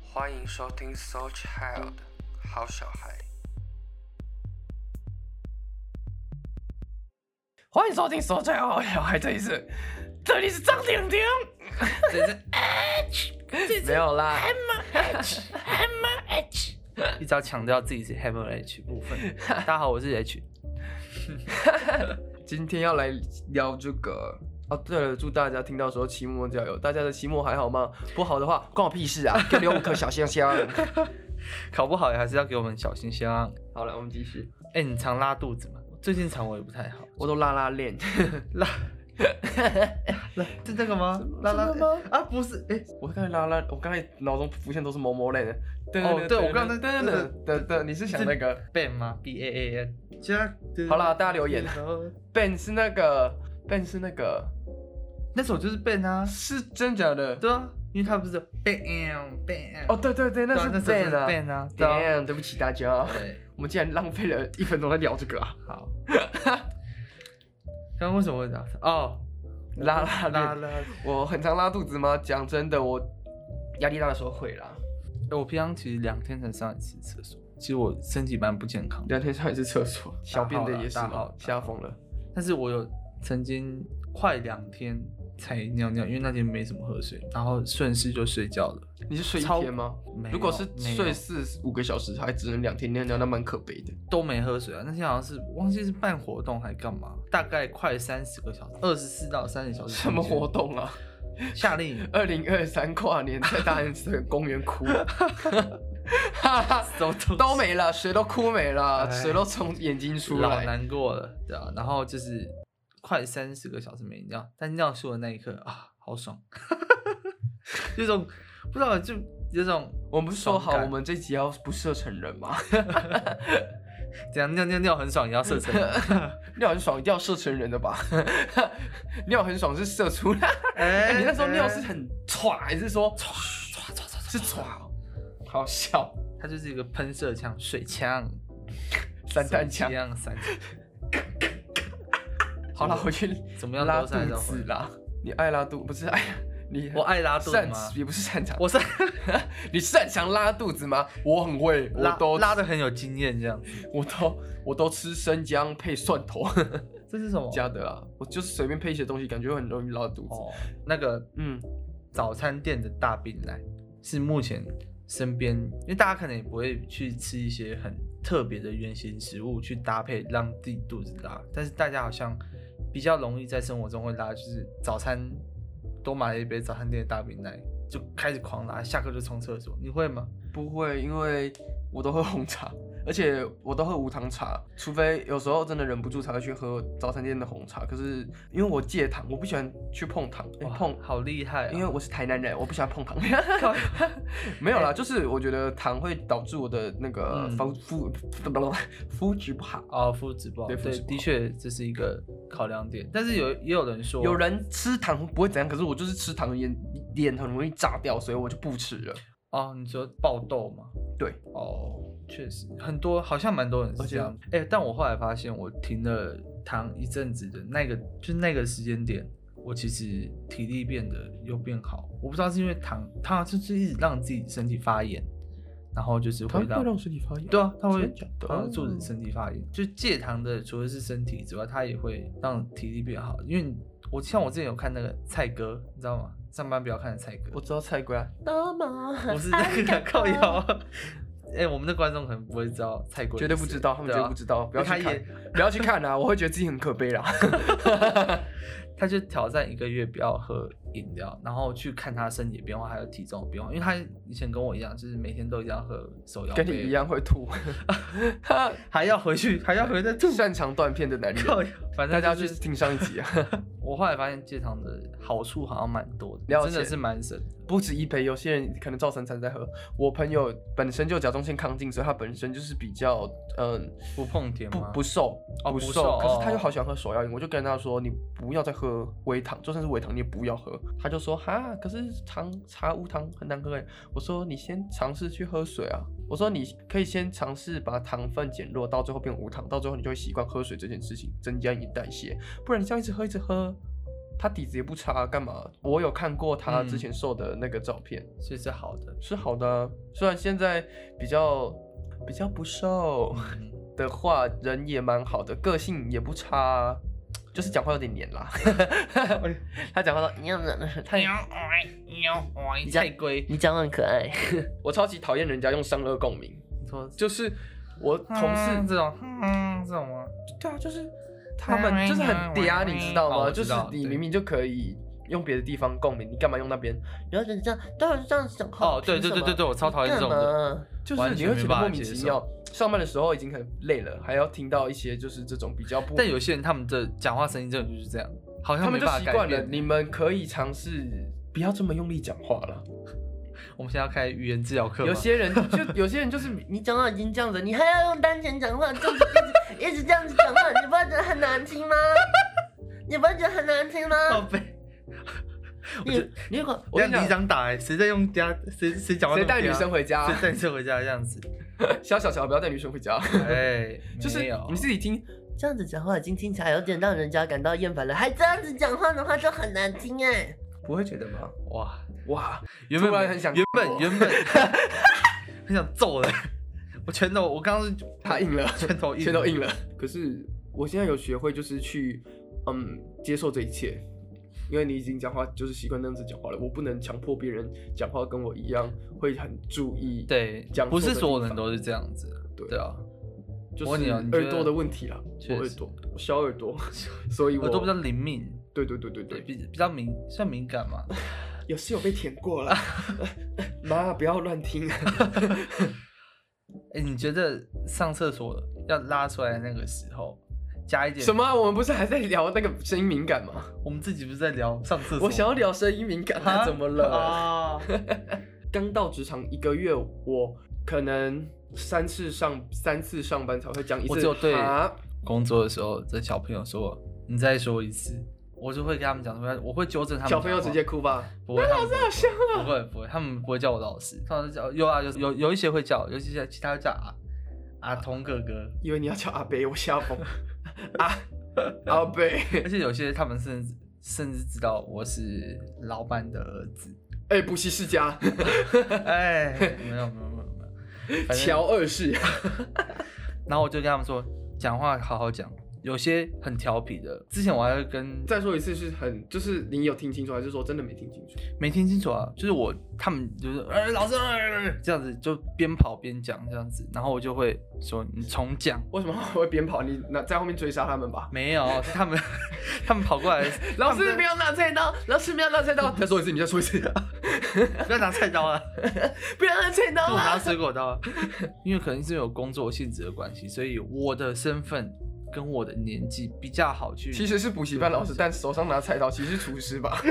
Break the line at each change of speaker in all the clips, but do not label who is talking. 欢迎收听《So Child》好小孩。
欢迎收听《说最后小孩》，这里是，这里是张婷婷，
这是没有啦，
Hammer H，
一直要强调自己是 Hammer H 部 分。大家好，我是 H。
今天要来聊这个哦。对了，祝大家听到时候期末加油！大家的期末还好吗？不好的话，关我屁事啊！给我留五颗小 香香。
考不好也还是要给我们小心心啊。
好了，我们继续。
哎、你常拉肚子吗？最近肠胃不太好。
我都拉拉链，
拉，是这个吗？拉拉啊，不是，哎、
我刚才拉拉，我刚才脑中浮现都是毛毛链。对
哦对我刚才
对对对对，你是想那个
b a n 吗？B A A N。现在
好啦大家留言。Ben 是那个 Ben 是那个
那首就是 b a n 啊，
是真假的？
对啊，因为他不是 bang bang
哦，对对对，那
对啊
是
那首
Ben
就是
啊。
ban 啊对啊
Damn，对不起大家，
对，
我们竟然浪费了一分钟在聊这个啊！
好。刚刚为什么会打岔？哦，
拉拉拉
拉拉。
我很常拉肚子吗？讲真的，我压力大的时候会啦。
哎我平常其实两天才上一次厕所，其实我身体蛮不健康的，
两天上一次厕所，小便的也是
大
嘛
号了，
吓疯了。
但是我有曾经快两天才尿尿，因为那天没什么喝水，然后顺势就睡觉了。
你是睡一
超
天吗
没？有
如果是
没有
睡四五个小时，还只能两天尿尿，那蛮可悲的。
都没喝水啊！那天好像是忘记是办活动还干嘛，大概快三十个小时，二十四到三十小时。
什么活？动啊？。
夏令营
二零二三跨年在大安森公园哭，哈哈，
都都
都没了，水都哭没了，
哎
水都从眼睛出
老
来。
难过了，对啊，然后就是快三十个小时没尿，但尿出的那一刻啊，好 爽，有种不知道就有种
我们不是说好
爽感
我们这集要不设成人吗？
怎样尿尿尿很爽也要射 程，
尿很爽，一定要射成人的吧？ 尿很爽是射出来。
哎
哎、你那时候尿是很歘，还是说歘
唰唰唰唰，
是歘？好笑，
它就是一个喷射枪、 水枪、
散弹枪
一。样散弹，
好了，回去
怎么样
拉
都
肚
散到
子啦。你爱拉肚不是爱你？
我爱拉肚子
擅
吗？
也不是擅长，
我是
你擅长拉肚子吗？我很会，我
拉
都
拉的很有经验，这样。
我都我都吃生姜配蒜头
这是什么？
加的啦。我就是随便配一些东西，感觉很容易拉肚子。
哦，那个
嗯，
早餐店的大饼来，是目前身边，因为大家可能也不会去吃一些很特别的原型食物去搭配让自己肚子拉，但是大家好像比较容易在生活中会拉，就是早餐多买了一杯早餐店的大饼来，就开始狂拉，下课就冲厕所，你会吗？
不会，因为我都喝红茶， 而且我都喝无糖茶，除非有时候真的忍不住才会去喝早餐店的红茶。可是因为我戒糖，我不喜欢去碰糖，哎
哇
碰
好厉害、啊，
因为我是台南人，我不喜欢碰 糖。没有啦，就是我觉得糖会导致我的那个
嗯
肤肤不不不肤质不好。
哦，肤质不好，
对肤质
对，
不好
的确这是一个考量点，但是有也有人说，
嗯有人吃糖不会怎样，可是我就是吃糖眼脸很容易炸掉，所以我就不吃了。
哦，你说爆痘吗？
对，
哦，确实很多，好像蛮多人是这样。哎、但我后来发现，我停了糖一阵子的那个，就是那个时间点，我其实体力变得又变好。我不知道是因为糖，糖就是一直让自己身体发炎，然后就是会让。
身体发炎
对啊，它会
真假的
它会促使身体发炎。就戒糖的，除了是身体之外，它也会让体力变好。因为我像我之前有看那个蔡哥，你知道吗？上班不要看的蔡哥，
我知道啊菜瓜，
不是那个靠腰。 哎、我们的观众可能不会知道蔡国，
绝对不知道，他们绝
对啊
对不知道，不要去
他
看
也，
不要去看啊啦，我会觉得自己很可悲啦。
他就挑战一个月不要喝饮料，然后去看他身体的变化，还有体重的变化。因为他以前跟我一样，就是每天都一样喝手摇杯，
跟你一，样会 吐，
还要回去，还要回再吐。
擅长断片的男人，
靠腰，反
啊大
正
家
就
去
是
听上一 集啊，
我后来发现戒糖的好处好像蛮多的，
了解
真的是蛮神的。
不止一杯，有些人可能照三餐在喝。我朋友本身就甲状腺亢进，所以他本身就是比较嗯
不碰甜
不
吗？
不瘦
哦不
瘦，
瘦
可是他
哦
又好喜欢喝手摇饮，我就跟他说你不要再喝微糖，就算是微糖你也不要喝。他就说哈，可是糖茶无糖很难喝哎。我说你先尝试去喝水啊，我说你可以先尝试把糖分减弱，到最后变无糖，到最后你就会习惯喝水这件事情，增加你的代谢。不然你这样一直喝一直喝，他底子也不差，干嘛？我有看过他
嗯
之前瘦的那个照片，
所以是好的。
是好的啊、虽然现在比较比较不瘦
嗯
的话，人也蛮好的，个性也不差啊、就是讲话有点黏啦。 他讲话 都，你他
牛哎牛哎
你太龟，
你讲话很可爱。我超级讨厌人家用上颚共鸣，
你说
就是我同事、
嗯这种，嗯，这种吗？
对啊，就是他们就是很嗲，你知道
哦
吗？
我
就
知
是
道
你
对
明明就可以用别的地方共鸣，你干嘛用那边？然后就是这样，当然这样讲话。
哦对
凭什么
对对对我超讨厌这种
你
的
干嘛就是
完
你
全
会觉得
没办法
莫名
接
其
受
妙。上班的时候已经很累了，还要听到一些就是这种比较不，
但有些人他们的讲话声音真的就是这样，好像
他们
没
就
办
习
法改
惯了。
变。
你们可以尝试不要这么用力讲话了。
我们现在要开语言治疗课吗，
有些人 就有些人就是
你讲话已经这样子，你还要用丹田讲话，这样子一直一直这样子讲话，你不会觉得很难听吗？ 你不会觉得很难听吗？
靠背，哦 我觉得
你你如果
我跟
跟你讲
里长打哎，谁在用嗲？谁谁讲话
谁
那么
带女
嗲
生回 家？
谁带女生回家这 样子？
小小乔不要带女生回 家，
哎，
就是
没有
你自己听，
这样子讲话已经听起来有点让人家感到厌烦了，还这样子讲话的话就很难听哎、
不会觉得吗？
哇，
哇，
原本
突然很想
原
揍
本
我
原本 很想揍人，我拳头我刚刚是
他 硬了，
拳头硬，
全都硬了。可是我现在有学会，就是去嗯接受这一切，因为你已经讲话就是习惯那样子讲话了，我不能强迫别人讲话跟我一样会很注意。，
对
讲，
不
错
是
的
所有
地
人
方
都是这样子的，
对
对啊，
就
我问
是
你哦你觉
耳朵
得
的问题啦，
确
我耳
实
朵，我小耳朵，所以我
耳朵比较灵敏，
对对对对对，
对，比比较敏，算敏感嘛。
有是有被舔过 了，妈不要乱听。
哎，你觉得上厕所要拉出来的那个时候，加一 点
什？么啊？我们不是还在聊那个声音敏感 吗？
我们自己不是在聊上厕所？
我想要聊声音敏感，
啊
怎么了？
啊，
刚到职场一个月，我可能三次上三次上班才会讲一次。
我只有对
啊，
工作的时候，这小朋友说你再说一次，我就会跟他们讲说，我会纠正他们。
小朋友直接，哭吧。
不会，老师好凶啊！不会不会，他们不会叫我老师，他们叫有啊有有有一些会叫，尤其是其他会叫啊啊童哥哥，
以为你要叫阿贝，我吓 疯。啊，阿贝，
而且有些他们甚至甚至知道我是老板的儿子。
哎、补习世家，
哎，没有没有没有没有，反正
乔二世，
然后我就跟他们说，讲话好好讲。有些很调皮的，之前我还会跟
再说一次是很，就是你有听清楚，还是说真的没听清楚？
没听清楚啊，就是我他们就是呃、
哎
老师、呃这样子，就边跑边讲这样子，然后我就会说你重讲，
为什么我会边跑？你那在后面追杀他们吧。
没有，是他们 他们跑 过来，
老师
他们在
不要拿菜刀，老师不要拿菜刀。 再说一次，你再说一次，
不要拿菜刀啊，
不要拿菜刀
我拿
啊！
水果刀啊， 因为可能是有工作性质的关系，所以我的身份跟我的年纪比较好去，
其实是补习班老师，但手上拿菜刀，其实是厨师 吧？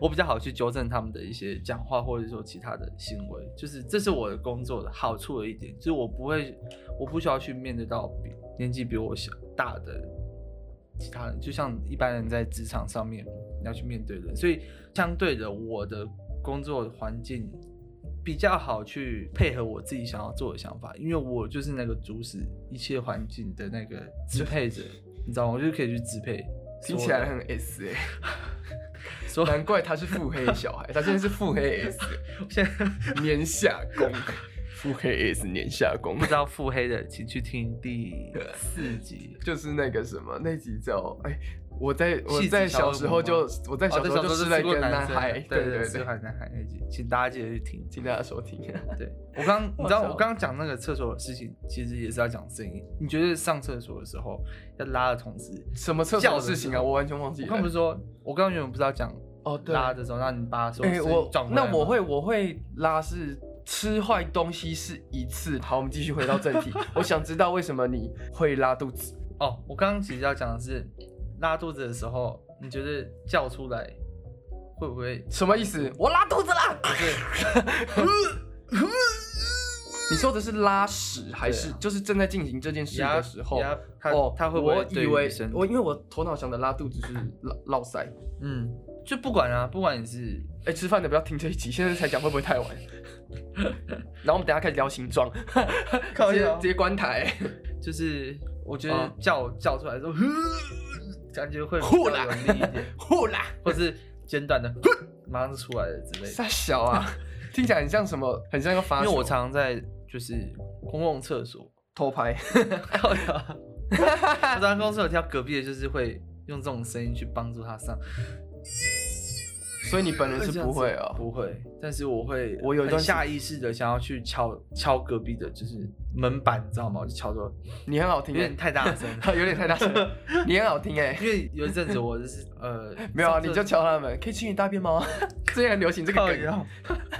我比较好去纠正他们的一些讲话，或者说其他的行为，就是这是我的工作的好处的一点，就是我不会，我不需要去面对到比年纪比我小大的其他人，就像一般人在职场上面你要去面对的，所以相对的，我的工作环境比较好去配合我自己想要做的想法，因为我就是那个主使一切环境的那个支配者，你知道吗？我就可以去支配 所有
听
的。
起来很 S 哎、
说
难怪他是腹黑小孩，他现在是腹黑 S，
现在。
年下攻，腹黑 S 年下攻。
不，知道腹黑的，请去听第四集
就是那个什么那集叫哎、我在我
戏子
在
小
小
恶
时
魔
候
吗
就我哦在小时候就
吃
是在跟男
男
孩，
对
对
吃
对，
海男孩那集，请大家记得去听。
请大家收听。
对我刚，你知道
我操
我刚刚讲那个厕所的事情，其实也是要讲声音。你觉得上厕所的时候要拉的同时，
什么厕所的事情啊？我完全忘记
我
了。
刚不是说，我刚刚原本不是要讲
哦，对，
拉的时候，让你把手
哎、
伸
我
转过来
那
吗
我会我会拉是吃坏东西是一次。好，我们继续回到正 题。我想知道为什么你会拉肚子？
哦，我刚刚其实要讲的是拉肚子的时候，你觉得叫出来会不会？
什么意思？我拉肚子啦！ 你说的是拉屎还是
对啊
就是正在进行这件事
呀
的时候
呀？他
哦，
他会不
我
会
以
对
为
女生
我因为我头脑想的拉肚子是拉拉塞。
嗯，就不管啊，不管你是
哎、吃饭的不要听这一集，现在才讲会不会太 晚？然后我们等一下开始聊形状，
靠
直接
腰
直接关台。
就是我觉得
啊
叫、叫出来说，呵 感觉会比
呼
较
啦
有力一点，
呼啦，
或是简短的 马上就出来了之类的。
傻小啊， 听起来很像什么，很像要发
因
球，
为我常常在就是公共厕所，
偷拍，哎
靠呀，我常公厕所听到隔壁的就是会用这种声音去帮助他上，
所以你本人是不会 哦。
不会，但是我会，
我有一
很
段时
下意识的想要去敲敲隔壁的，就是门板，你知道吗？我就敲说
你很好听
有
欸，，
点太大声
有点太大声，你很好听哎、
因为有一阵子我就是呃，
没有啊，
上厕
你就敲他们，可以亲你大便吗？之前很流行 这个
靠
梗
腰，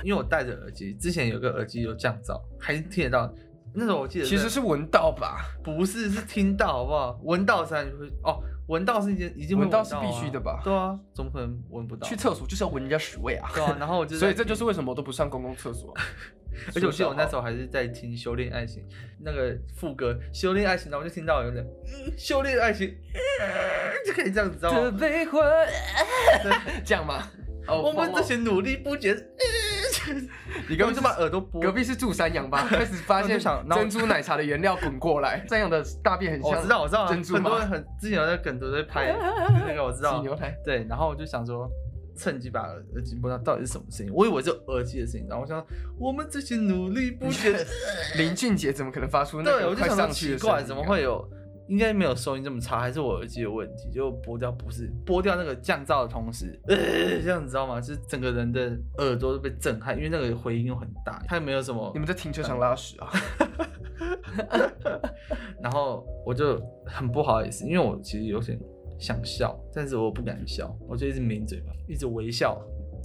因为我戴着耳机，之前有个耳机有降噪，还是听得到。那时候我记得
其实
是
是闻到吧，
不是是听到好不好？闻到才会哦，闻到是一件已经会
闻到
啊
是必须的吧
对啊，怎么可能闻不到？
去厕所就是要闻人家屎味啊。
对啊，然后我就在
所以这哦就是
听
为什么我都不上公共厕 所啊、
而且我记得我那时
候
候还是在听《修炼爱情》那个副歌《修炼爱情》，然后我就听到有点嗯《修炼爱情》嗯，就可以这样子，知道
的
吗？
悲欢， 这样吗？哦
我们
疯了
这些努力不觉，嗯
你根
我们
本
就
就
把
把
耳朵拨。
隔壁是住山羊 吧？开始发
我
现
就想然后
珍珠奶茶的原料滚过来，哦山羊的大便很像，
我知道，我知道啊，
珍珠
很
吗
多人很之前有在梗图在拍那个，我知
挤
道。
牛奶。
对，然后我就想说，趁机把耳耳机拨掉，到底是什么声音？我以为是耳机的声音，然后我想说，我们这些努力 不觉，
林俊杰怎么可能发出那
对，
个
我就
快
想说
上去
奇
的声音啊
怪，怎么会有？应该没有收音这么差，还是我耳机有问题？就拨掉不是拨掉那个降噪的同时，呃，这样你知道吗？就是整个人的耳朵都被震撼，因为那个回音又很大，它也没有什么
你。们在停车场拉屎 啊？
然后我就很不好意思，因为我其实有点想笑，但是我不敢笑，我就一直抿嘴巴，一直微笑。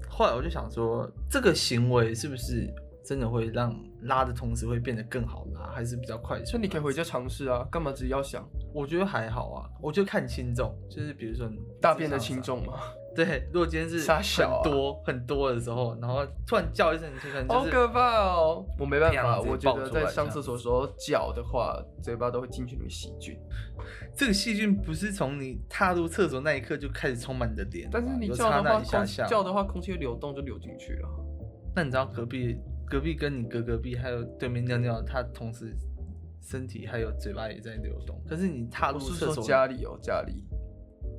后来我就想说，这个行为是不是真的会让拉的同时会变得更好拉，还是比较快速
所以？你可以回家尝试啊，干嘛只要想
我觉得还好啊，我就看轻重，就是比如说你
大便的轻。重吗？
对，如果今天是
傻小啊
很多、很多的时候，然后突然叫一声，你就可能
好
就是
可怕哦！我没办法，
这样子
我觉
爆
得
出来
在上厕所的时候脚的话，嘴巴都会进去那个细菌。
这个细菌不是从你踏入厕所那一刻就开始充满你的脸，
但是你
有
叫
刹
的
那
话，
一下
空
下
叫的话，空气会流动就流进去了。
那你知道隔壁隔壁跟你隔隔壁还有对面尿尿，他同时身体还有嘴巴也在流动。可是你踏入
我是
厕
说
所
家里哦，家里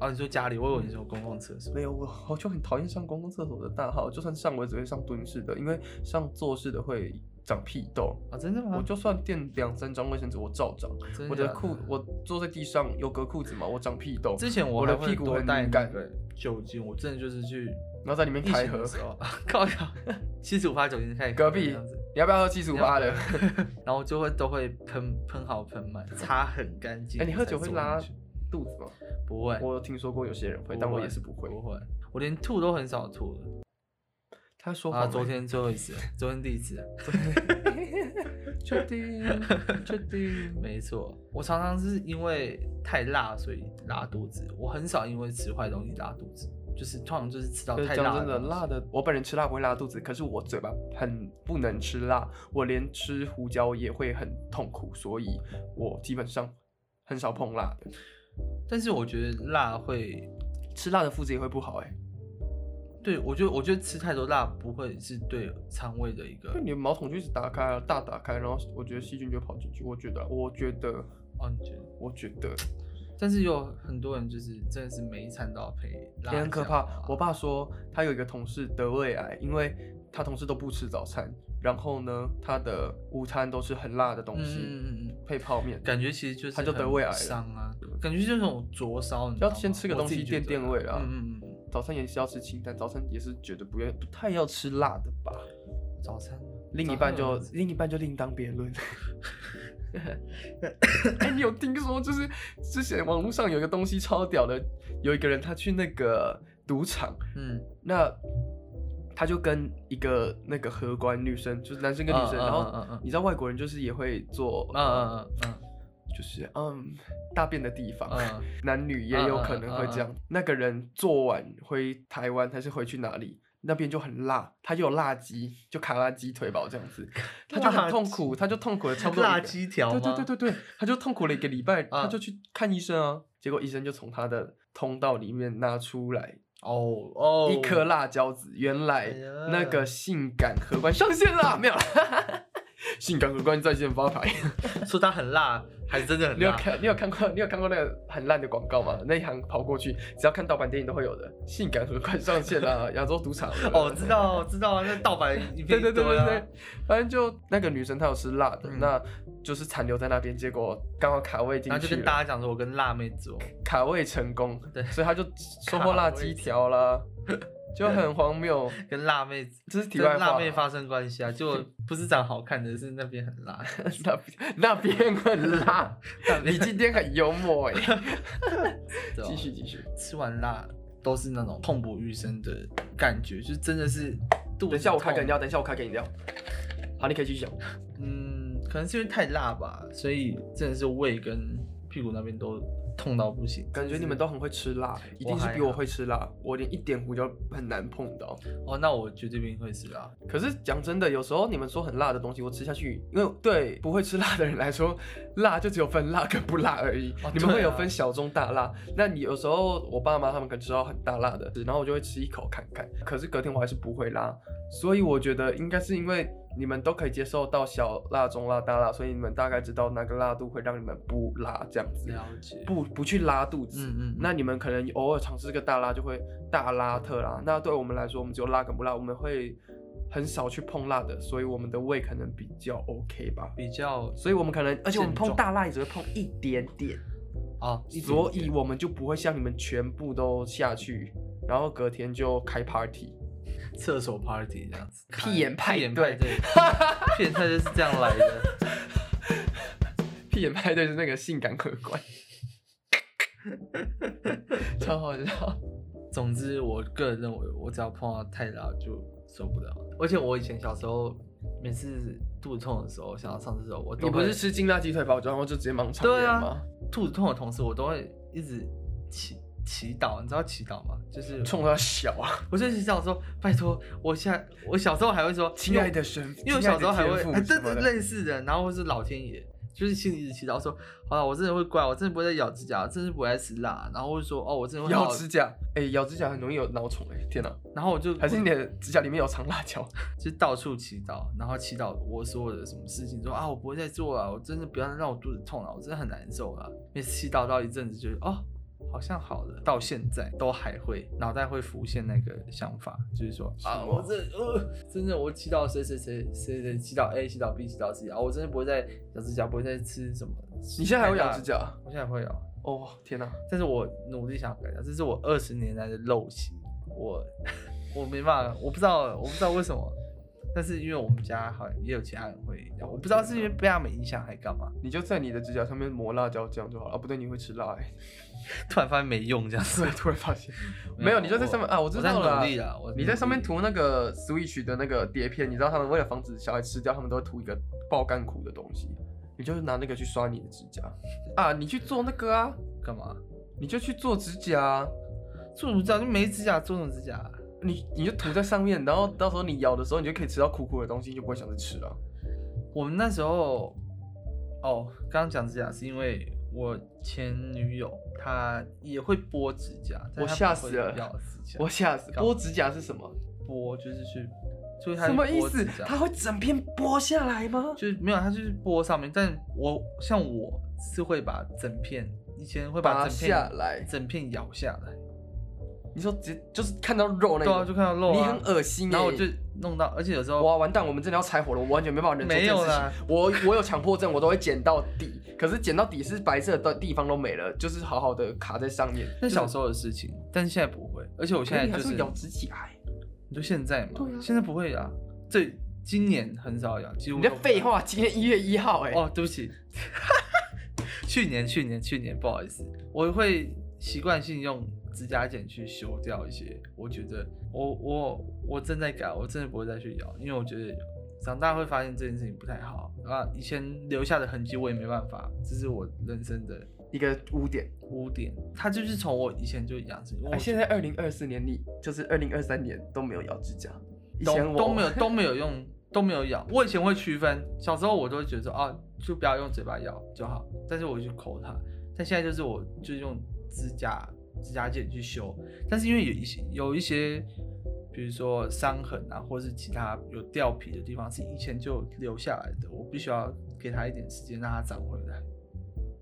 哦，你说家里，我以为你说公共厕所。
没有我，我就很讨厌上公共厕所的大号，就算上我也只会上蹲式的，因为上坐式的会长屁痘。
啊、真的吗？
我就算垫两三张卫生纸，我照长。
真
我
假
的裤，我坐在地上有隔裤子嘛，我长屁痘，
之前
我
还
的
会
屁股
多
很
带
敏
那
感
个酒精，我真的就是去
然后在里面
疫
开
情
合
的。时候， 靠呀，七十五趴酒精开始
隔
喝
壁
这样子，
你要不要喝七十五趴的？
然后就会都会喷喷好喷满，擦很干净。
哎你喝酒
才
会
坐
拉
进去
肚子吗？
不会，
我有听说过有些人会，但我也是不会。
不会，我连吐都很少吐了。
他说
啊，
谎，
昨天最后一次，昨天第一次，啊
确定确定，
没错。我常常是因为太辣所以拉肚子，我很少因为吃坏东西拉肚子，就是通常就是吃到
可是
太
讲
辣
真的，
东西
辣的我本人吃辣不会拉肚子，可是我嘴巴很不能吃辣，我连吃胡椒也会很痛苦，所以我基本上很少碰辣的。
但是我觉得辣会，
吃辣的肤质也会不好哎、
对我觉得我觉得吃太多辣不会是对肠胃的一个
因为你的毛孔就一直打开啊，大打开，然后我觉得细菌就会跑进去。我觉得啊，我觉得，
哦，你觉得？
我觉得
但是有很多人就是真的是每一餐都要配辣
也很可
椒
怕
啊。
我爸说他有一个同事得胃癌，因为他同事都不吃早餐，然后呢，他的午餐都是很辣的东
嗯
西，
嗯嗯嗯
配泡面，
感觉其实就是
他就得胃癌了
伤啊，感觉就是那种灼烧，你知道
要
吗
先吃个东西垫垫胃啊啦。
我自己觉得嗯嗯嗯，
早餐也是要吃清淡，早餐也是觉得不要不太要吃辣的吧。
早餐
另一半就
早餐有
另一半就另当别论。 哎、你有听说就是之前网络上有一个东西超屌的，有一个人他去那个赌场，
嗯
那他就跟一个那个荷官女生，就是男生跟女生，
嗯嗯
然
嗯嗯
后你知道外国人就是也会做，
嗯嗯嗯
就是嗯大便的地方，
嗯嗯，
男女也有可能会这样。
嗯
那个人做完回台湾还是回去哪里，那边就很辣，他就有辣鸡，就卡拉鸡腿堡这样 子，他就很痛苦，他就痛苦了差不多一个
辣鸡条
对
吗？
对对对对，他就痛苦了一个礼拜，
啊
他就去看医生啊，结果医生就从他的通道里面拿出来
哦哦，
一颗辣椒籽，原来
哎呀
那个性感荷
嗯
官上线了，没有啦，性感荷官在线发牌，
说它很辣，还是真的很
你有
辣。
看你有看过你有看过那个很烂的广告吗？那一行跑过去，只要看盗版电影都会有的，性感和快上线 啊，亚洲赌场。
哦，知道知道，那盗版影
对
片
对对
多啊
对
呀
对，反正就那个女生她有吃辣的，
嗯
那就是残留在那边，结果刚好卡位进
然后就
去
跟
了，
大家讲说，我跟辣妹做，
卡位成功，
对
所以她就收获辣鸡条 啦，就很荒谬。
跟辣妹
这是题外
跟
话，
辣妹发生关系啊，就不是长好看的，是那边 很辣。
那边 那边很辣，你今天很幽默 哎、
对吧
继续继续，
吃完辣都是那种痛不欲生的感觉，就真的是肚子
等一下我开个饮
痛
料，等一下我开个饮料。好，你可以继续讲。
嗯，可能是因为太辣吧，所以真的是胃跟屁股那边都痛到不行。
感觉你们都很会吃辣，一定是比我会吃辣，我连一点胡椒很难碰到。
哦，那我绝对不会啊吃辣。
可是讲真的，有时候你们说很辣的东西，我吃下去，因为对不会吃辣的人来说，辣就只有分辣跟不辣而已。
哦
你们
对
会有
啊
分小中大辣，那你有时候我爸妈他们可能吃到很大辣的，然后我就会吃一口看看，可是隔天我还是不会辣，所以我觉得应该是因为。你们都可以接受到小辣、中辣、大辣，所以你们大概知道哪个辣度会让你们不辣这样子。
了解
啊不不去拉肚子。
嗯嗯
那你们可能偶尔尝试个大拉就会大拉特拉。那对我们来说，我们只有拉跟不拉，我们会很少去碰辣的，所以我们的胃可能比较 OK 吧。
比较
所以我们可能，而且我们
症
碰
状
大辣也只会碰一点点，
啊，
所以我们就不会像你们全部都下去，然后隔天就开 party。
厕所 party 这样子，
屁眼派
屁眼
对
派对， 屁眼派对是这样来的。
屁眼派对是那个性感客 观，超好笑。
总之，我个人认为，我只要碰到太辣就受不了。而且我以前小时候，每次肚子痛的时候，想要上厕所，我都
你不
会
是吃金辣鸡腿包装，然后就直接盲肠
对
炎
啊
吗？
肚子痛的同时，我都会一直祈祈祷，你知道祈祷吗？就是
冲他小啊！
我就是想说，拜托，我现在我小时候还会说，
亲爱的神，
因为我小时候还会
亲爱
哎
的天
对
父什么
对
的
类似的，然后或是老天爷，就是心里一直祈祷说，好了，我真的会乖，我真的不会再咬指甲，我真的不会再吃辣，然后我就说，哦，我真的会好
咬
好
指，甲，哎、咬指甲很容易有脑虫，哎，天哪、
然后我就
还是你的指甲里面有藏辣椒？
就到处祈祷，然后祈祷我所有的什么事情，说啊，我不会再做了，我真的不要再让我肚子痛了，我真的很难受了。每次祈祷到一阵子，就是哦，好像好了，到现在都还会脑袋会浮现那个想法，就是说啊，
什么
我这呃，真的我祈祷谁谁谁谁谁祈祷 A，祈祷 B，祈祷 C 啊，我真的不会再咬指甲，不会再吃什么。
你现在还会咬指？甲？啊
我现在会咬，
哦，天哪、
但是我努力想改掉，这是我二十年来的陋习，我我没办法，我不知道我不知道为什么，但是因为我们家好像也有其他人会一样，我不知道是因为被他们影响还干嘛，
你就在你的指甲上面抹辣椒酱就好了。啊，不对，你会吃辣、哎。
突然发现没用这样子
对，，突然发现， 没有，你就在上面啊，我知道
我在
了
努力啦我在
你在上面
努力
涂那个 Switch 的那个碟片，你知道他们为了防止小孩吃掉，他们都会涂一个爆干苦的东西，你就是拿那个去刷你的指甲啊，你去做那个啊，
干嘛？
你就去做指甲、啊。
做什么指甲就没指甲，做什么指甲？啊
你你就涂在上面，然后到时候你咬的时候，你就可以吃到苦苦的东西，你就不会想着吃了。
我们那时候，哦，刚刚讲指甲是因为我前女友她也会剥指甲，但
我
她
吓
不会
死了
咬指甲，
我吓死！
干嘛
剥指甲是什么？
剥就是去，就是她
什么
去
意
剥
思
指？甲
它会整片剥下来吗？
就是没有，它就是剥上面，但我像我是会把整片，以前会把
拔
整片
下来
整片咬下来，
你说直接就是看到肉那
对啊，
个，
就看到肉、啊，
你很恶心、欸。
然后我就弄到，而且有时候
哇完蛋，我们真的要拆伙了，我完全没办法忍受这
没
件
有
事
啦
情。我我有强迫症，我都会剪到底，可是剪到底是白色的地方都没了，就是好好的卡在上面。
那小
候，
时候的事情，但是现在不会，而且我现
可是
在
你还
就是是
会咬指甲、欸，
你说现在嘛，
对啊
现在不会啊，这今年很少咬，几乎
你在
都不
废
会
话。今天一月一号、欸，哎、
哦，对不起， 去年去年去年不好意思，我会习惯性用指甲剪去修掉一些。我觉得我我我正在改，我真的不会再去咬，因为我觉得长大会发现这件事情不太好啊。以前留下的痕迹我也没办法，这是我人生的
一个污点。
污点。它就是从我以前就养成，因为
啊，
我
现在二零二四年你就是二零二三年都没有咬指甲，以前
都
我
都没有都没有用都没有咬。我以前会区分，小时候我都会觉得说啊，就不要用嘴巴咬就好，但是我去抠它。但现在就是我就是用指甲指甲剪去修，但是因为有一些有一些，比如说伤痕啊，或是其他有掉皮的地方，是以前就留下来的，我必须要给它一点时间让它长回来。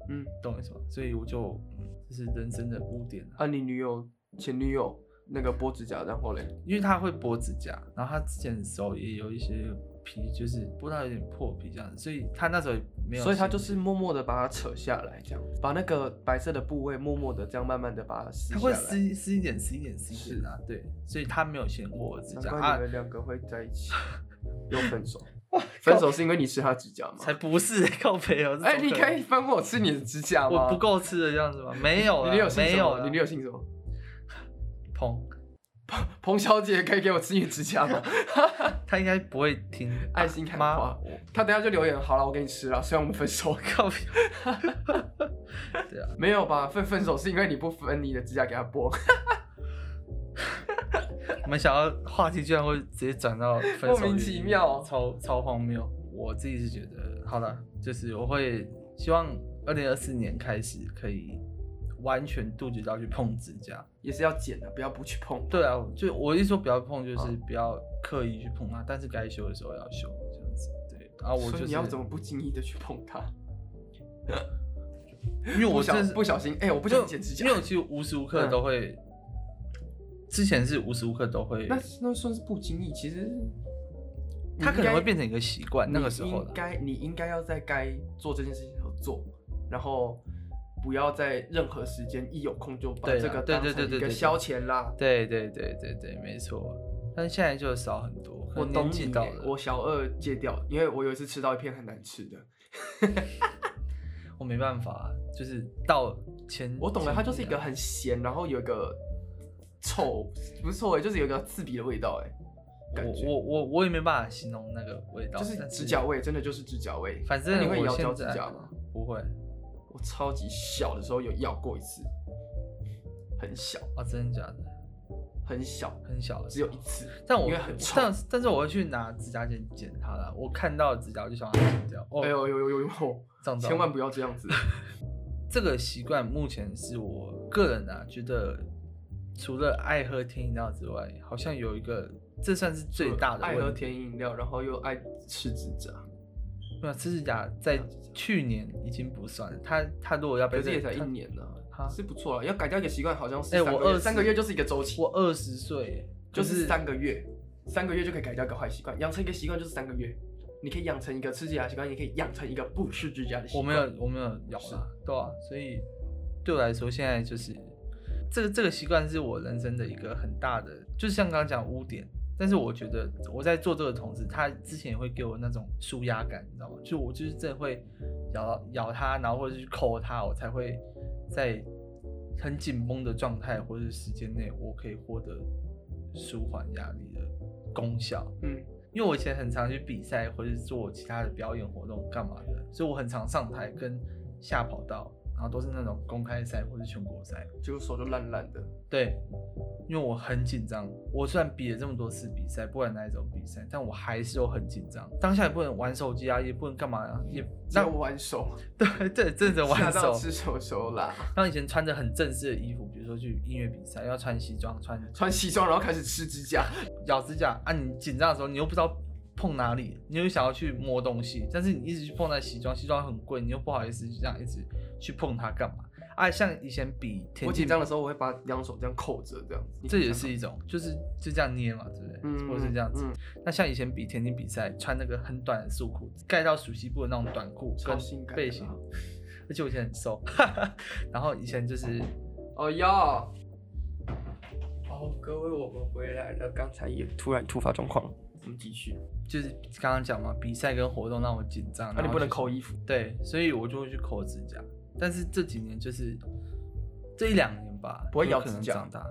嗯，
懂我意思吗？所以我就嗯这是人生的污点啊，
啊，你女友前女友那个剥指甲，然后嘞，
因为他会剥指甲，然后他之前的手也有一些皮，就是剥到有点破皮这样子，所以他那时候也没有心情，
所以她就是默默的把它扯下来，这样把那个白色的部位默默的这样慢慢的把它撕
他
下
会
来。
撕撕一点撕一点撕一点啊，对，所以他没有嫌我指
难
甲
怪
啊
你，们两个会在一起， 又分手。分手是因为你吃她指甲吗？
才不是 靠朋友，
哎、
这怎
你
么
可
能
以分我吃你的指甲吗？
我不够吃的这样子吗？没有
你
啦，
女友姓
没
什
有
么？
啦，
你女友姓什么？
碰，
彭小姐可以给我吃你的指甲吗？
他应该不会听
爱心喊
妈
话，她等一下就留言，好了，我给你吃了。 虽然我们分手，
靠朋友，
没有吧？分分手是因为你不分你的指甲给她剥，
我们想要话题居然会直接转到分手
莫名
原
其
因
妙
超超荒谬。我自己是觉得，好了，就是我会希望二零二四年开始可以完全杜绝到去碰指甲。
也是要剪的，不要不去碰。
对啊，就我一说不要碰，就是
嗯
不要刻意去碰它，但是该修的时候要修，这样子。对，然啊后我
所
就
以
是
你要怎么不经意的去碰它？
因为
不
我
小
真是
不小心，哎、我不
就
想剪指甲嗯
因为。我其实无时无刻都会，之前是无时无刻都会，
那那算是不经意，其实
它可
你应
能
该
会变成一个习惯。那个时
你
候
应
啦
该你应该要在该做这件事情的时候做，然后不要在任何时间一有空就把
对啦
这个
对
当
对对
成
对
一
对
个
对
消遣啦。
对对对对对，没错。但是现在就少很多，可
我
能
懂
年纪
你
到
欸
了，，
我小二戒掉，因为我有一次吃到一片很难吃的，
我没办法，就是到前
我懂了，
前
它就是一
年
个
啊
很咸，然后有一个臭，不是臭味，就是有一个刺鼻的味道，哎，感觉
我我我我也没办法形容那个味道，
就是
但
指甲味，真的就是指甲味。
反
那
正
你会
我
咬
现
脚指
在
甲吗？
不会
我超级小的时候有咬过一次，很小
啊，真的假的？
很小，
很小的
只
时候，
有一次，
但我
因为很臭。
但但是我会去拿指甲剪剪它啦，我看到指甲我就想把它剪掉。哦，
哎呦呦呦呦呦，
撞到了，
千万不要这样子。
这个习惯目前是我个人啊，觉得除了爱喝甜饮料之外，好像有一个，这算是 最大的
爱喝
问题。
甜饮料，然后又爱吃指甲，
没有，吃指甲在去年已经不算了，他他如果要被
可是
认
也才一
他
年呢、
哈
是不错了。要改掉一个习惯，好像是
啊哎
三个
我
月，
20
三个月就是一个周期，
我二十岁，
就
可
是三个月，三个月就可以改掉一个坏习惯。养成一个习惯就是三个月，你可以养成一个吃指甲的习惯，也可以养成一个不吃指甲的习
我
惯。
没有，我没有咬
是
啦，对啊，所以对我来说，现在就是这个这个习惯是我人生的一个很大的，就像刚刚讲污点。但是我觉得我在做这个同时，他之前也会给我那种舒压感，你知道吗？就我就是真的会咬到咬它，然后或者是去抠它，我才会在很紧绷的状态或者是时间内，我可以获得舒缓压力的功效。
嗯，
因为我以前很常去比赛或者做其他的表演活动干嘛的，所以我很常上台跟下跑道，然后都是那种公开赛或是全国赛。
就手就烂烂的。
对，因为我很紧张，我虽然比了这么多次比赛，不管哪一种比赛，但我还是有很紧张。当下也不能玩手机啊，也不能干嘛呀、也
那
那
我玩手，
对对，真的
吓
玩
到
手。
吃手手啦。
像以前穿着很正式的衣服，比如说去音乐比赛要穿西装，穿
穿西装然后开始吃指甲，
咬指甲啊，你紧张的时候，你又不知道碰哪里，你又想要去摸东西，但是你一直去碰那西装，西装很贵，你又不好意思这样一直去碰它干嘛？啊，像以前比田
我
径
紧，张的时候我会把两手这样扣着，这样子。
这也是一种，就是就这样捏嘛，对不对？
嗯
或者是这样子。
嗯
那像以前比田径比赛，穿那个很短的束裤，盖到鼠膝部的那种短裤
超
跟
性感的
背
啦
心，而且我以前很瘦， 然后以前就是
哦哟。哦，各位，我们回来了。刚才也突然突发状况，我们继续。
就是刚刚讲嘛，比赛跟活动让我紧张，
啊，
然
你
后
不能
就是
扣衣服。
对，所以我就会去抠指甲。但是这几年就是这一两年吧，
不会
有
咬
可
指
能
甲
长大。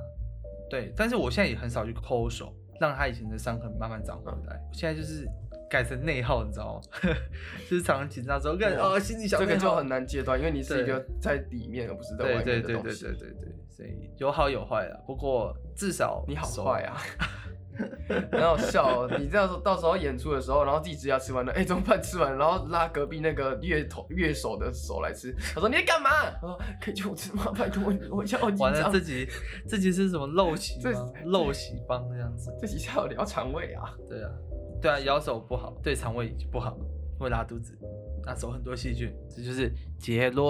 对，但是我现在也很少去抠手，让他以前的伤痕慢慢长回来。
嗯
我现在就是改成内耗，你知道吗？ 就是常常紧张之后，感觉
哇
哦，心里想
这个
内
就
耗
很。难戒断，因为你是一个
对
在里面，而不是在
对
外
对
面的
对对
东
对
西。
对对对，所以有好有坏啦。不过至少
你好
手
坏啊！ 很好笑、哦，你这样说，到时候演出的时候，然后自己指甲吃完了，哎、怎么办？吃完，然后拉隔壁那个乐头乐手的手来吃。他说你在干嘛？他说可以请我吃吗？拜托，我我现在好紧
完了，
张
自。己自己是什么陋习
这
吗？陋习帮这样子。
这几下有聊肠胃啊，
对啊，对啊，咬手不好，对肠胃不好，会拉肚子。那走很多细菌，这就是结论。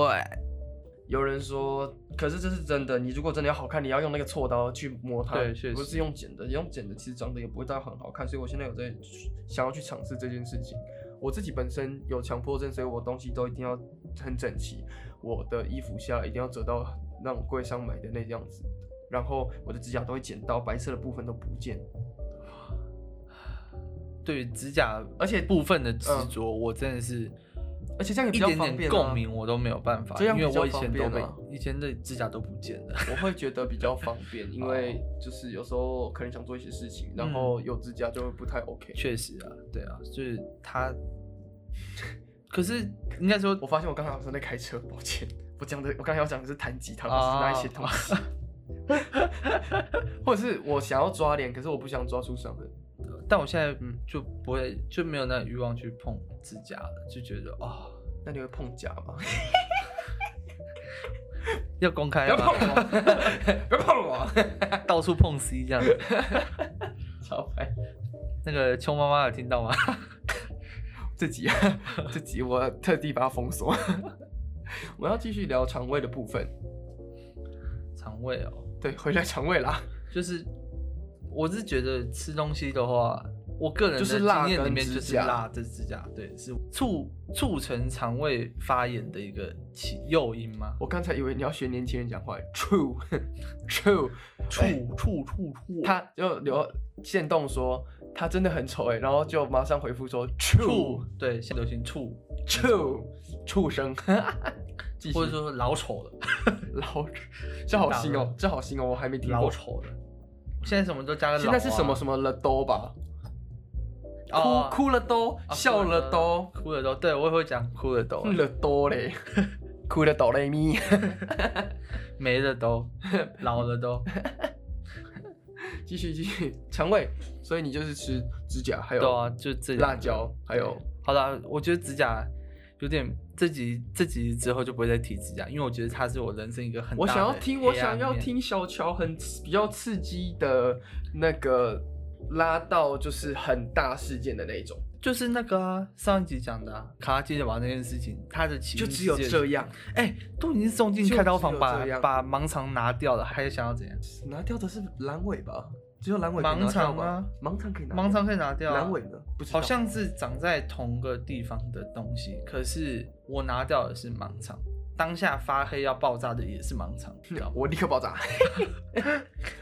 有人说，可是这是真的。你如果真的要好看，你要用那个锉刀去磨它，
对确实
不是用剪的。你用剪的其实长得也不会到很好看。所以我现在有在想要去尝试这件事情。我自己本身有强迫症，所以我东西都一定要很整齐。我的衣服下来一定要折到那种柜上买的那样子，然后我的指甲都会剪到白色的部分都不见。
对于指甲
而且
部分的执着，我真的是，
嗯而且这样也比
一
较
点
方便啊
点共鸣我都没有办法，
这样
因为
比较
我以前
方
都
便
被
啊
以前的指甲都不见了。
我会觉得比较方便，因
哦
为就是有时候可能想做一些事情，
嗯
然后有指甲就会不太 OK。
确实啊，对啊，就是 他，可是应该说
我发现我刚才好像在开车，抱歉。我讲的，我刚才要讲的是弹吉他，不
啊
是那一些东西。 或者是我想要抓脸，可是我不想抓出伤痕。
但我现在嗯就不会就没有那个欲望去碰指甲了，就觉得哦，
那你会碰甲吗？
要公开
不要
吗？
碰 我！不要碰我！
到处碰 C 这样子。
超拍
那个邱妈妈有听到吗？
这集啊，这集我特地把它封锁。我们要继续聊肠胃的部分。
肠胃哦，
对，回来肠胃啦，
就是我是觉得吃东西的话，我个人的
就是
经
辣
验里
跟
面
指
就是
甲
辣这指甲，对，是促促成肠胃发炎的一个起诱因吗？
我刚才以为你要学年轻人讲话，true，true，
促促促促，
他就留线动说他真的很丑哎，然后就马上回复说 true
促对，现在流行促，
true 畜生，继续
或者说老丑的。
老这好新哦，这好新哦，我还没听
老
过。
丑的。现在什么都加个老、啊。
现在是什么什么了都吧？
哦
哭哭了都，
啊
笑了都，
哭了都，对我也会讲哭了都，
了都嘞，哭了哆来咪。
没了都， 老了都，
继续继续，肠胃，所以你就是吃指甲，还
对
有
啊，就这两个
哦辣椒，还有
好啦，我觉得指甲有点这集这集之后就不会再提指甲，因为我觉得它是我人生一个很
我
大
想
的
要听，我
黑暗
想要
面。
听小乔很刺比较刺激的那个拉到就是很大事件的那一种，
就是那个啊，上一集讲的、啊、卡拉基德堡那件事情，它的起因
就只有
是
这，样，
哎、都已经送进开刀房
就只有
把
这样
把盲肠拿掉了，还想要怎样？
拿掉的是阑尾吧？只有阑尾可以
盲
拿掉
肠
吧
啊？
盲肠可以拿掉，
盲肠可以拿掉、啊，
阑尾呢？不知道
好像是长在同个地方的东西，可是我拿掉的是盲肠，当下发黑要爆炸的也是盲肠，知道吗？
我立刻爆炸，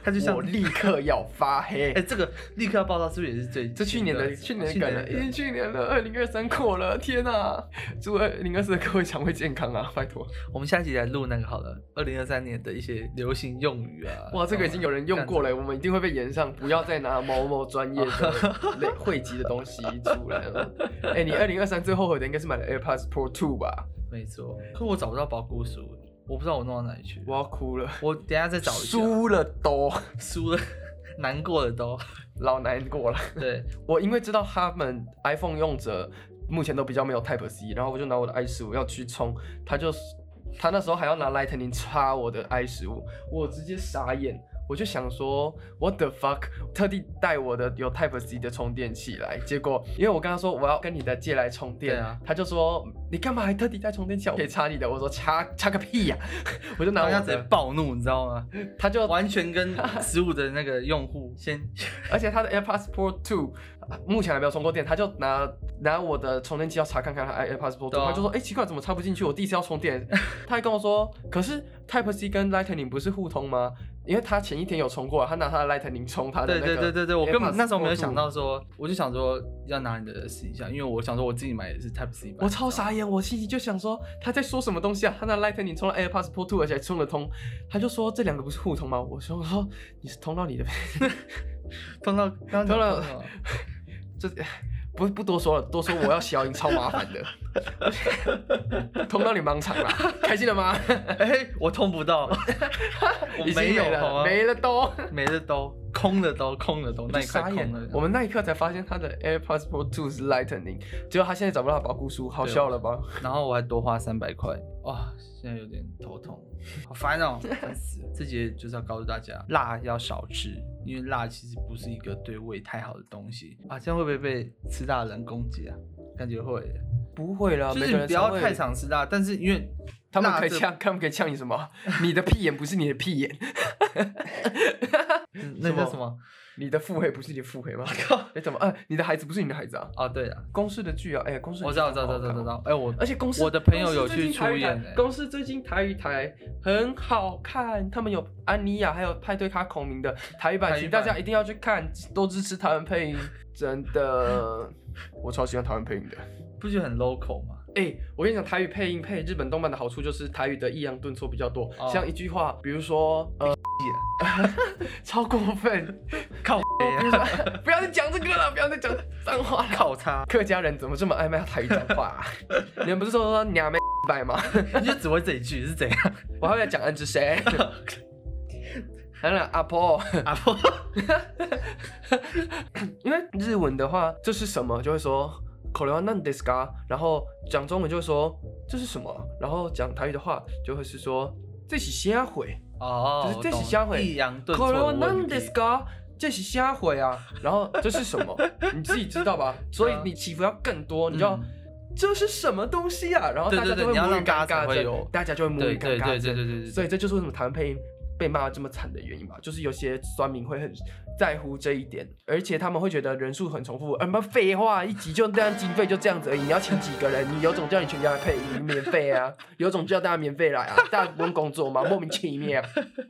它就像
我，立刻要 发黑
哎、。这个立刻要爆炸是不是也是最哦
这去年的去年的梗了，已经去年了，二零二三过了，天哪、祝二零二四的各位肠胃健康啊， 拜托！
我们下一集来录那个好了，二零二三年的一些流行用语啊。
哇，这个已经有人用过了，我们一定会被延上，不要再拿某某专业的类汇集的东西出来了。 哎、你二零二三最后悔的应该是买了 AirPods Pro Two 吧？
没错，可我找不到保护书，我不知道我弄到哪里去。
我要哭了，
我等一下再找一下，
输了都，
输了，难过了 都。
老难过了。
对，
我因为知道他们 iPhone 用者目前都比较没有 Type C，然后我就拿我的 i 十五要去充，他就他那时候还要拿 Lightning 插我的 i 十五，我直接傻眼，我就想说 What the fuck，特地带我的有 Type C 的充电器来，结果因为我跟他说我要跟你的借来充电，
对啊
他就说你干嘛还特地带充电器啊，我可以插你的，我说插插个屁呀、 我就拿
当
我
下直接
的，
暴怒，你知道 吗？
他就
完全跟十五的那个用户先
而且他的 AirPods Pro 2目前还没有充过电，他就拿拿我的充电器要查看看他 AirPods Pro 2、
对啊
他就说：“哎、奇怪，怎么插不进去？我第一次要充 电。”他还跟我说：“可是 Type C 跟 Lightning 不是互通吗？”因为他前一天有充过，他拿他的 Lightning 充他的
对
那个。
对对对对，我根本
AirPods
那时候没有
Pro 2
想到说，我就想说要拿你的试一下，因为我想说我自己买也是 Type C 版，
我超傻眼，我心里就想说他在说什么东西啊？他拿 Lightning 充了 AirPods Pro 2，而且还充了通。他就说这两个不是互通吗？我说我说你是通到你的，
通到刚刚
通到
讲到
这 不不多说了，多说我要消音超麻烦的， 通到你盲场了，开心了吗？
哎，我通 不到， 我
已经
没有
没
好
了，
吗？
没了都。
没了都空了都空了都，那一块
傻眼
空了，
我们那一刻才发现他的 AirPods Pro 2是 Lightning，结果他现在找不到他保护书，好笑了吧？
然后我还多花三百块，哇，现在有点头痛，好烦哦，烦死了。这节就是要告诉大家，辣要少吃，因为辣其实不是一个对胃太好的东西啊。这样会不会被吃辣的人攻击啊？感觉会耶。
不会啦，
就
每个
是你
人
不要
肠胃
太常吃辣，但是因为
他们
辣
可以
这
呛，他们可以呛你什么？ 你的屁眼不是你的屁眼，
嗯那
什么
叫什么？
你的腹黑不是你的腹黑吗？哎，怎么？哎，你的孩子不是你的孩子啊？
哦，对了，
公式的剧啊，哎，公式的
我知
剧
道，我知道，
好好
知道，
看
知
哦
道。哎， 我
而且公司
我的朋友
公司
有
最
去
近
出
台语台
演欸
公司最近台语台很好看，他们有安妮亚还有派对卡孔明的台语版，
台语
请大
版
家一定要去看，多支持台湾配音，真 的，我超喜欢台湾配音的。
不觉得很 local 吗？
哎、我跟你讲，台语配音配日本动漫的好处就是台语的抑扬顿挫比较多，
哦
像一句话，比如说呃， 超过分， 靠，比如说不要再讲这个了，不要再讲脏话了。
靠擦，
客家人怎么这么爱骂台语脏话、啊？ 你们不是说说娘妹拜吗？
你就只会这一句是怎样？
我还会讲恩之 谁？当然阿婆，
阿婆，
因为日文的话，这是什么就会说口流那 this 嘎，然后讲中文就会说这是什么，然后讲台语的话就会是说这是啊虾毁，
哦，
就是这
我
是
懂
虾毁，
抑扬顿挫
口
的
流
问
那
题
this 嘎。这是虾毁啊，然后这是什么？你自己知道 吧？所以你起伏要更多，你就要、
啊嗯
这是什么东西啊？然后大家
对对对
就会
你要
母语
让大
尴
家才
尬
会
症
有，
大家就会母
对
语尴
对
尬
对对
症
对。对
所
对，
以这就是为什么台湾配音被骂得这么惨的原因吧，就是有些酸民会很在乎这一点，而且他们会觉得人数很重复，啊，不废话，一集就这样，经费就这样子而已，你要请几个人，你有种叫你全家来配音，你免费啊，有种叫大家免费来啊，大家不用工作吗？莫名其妙。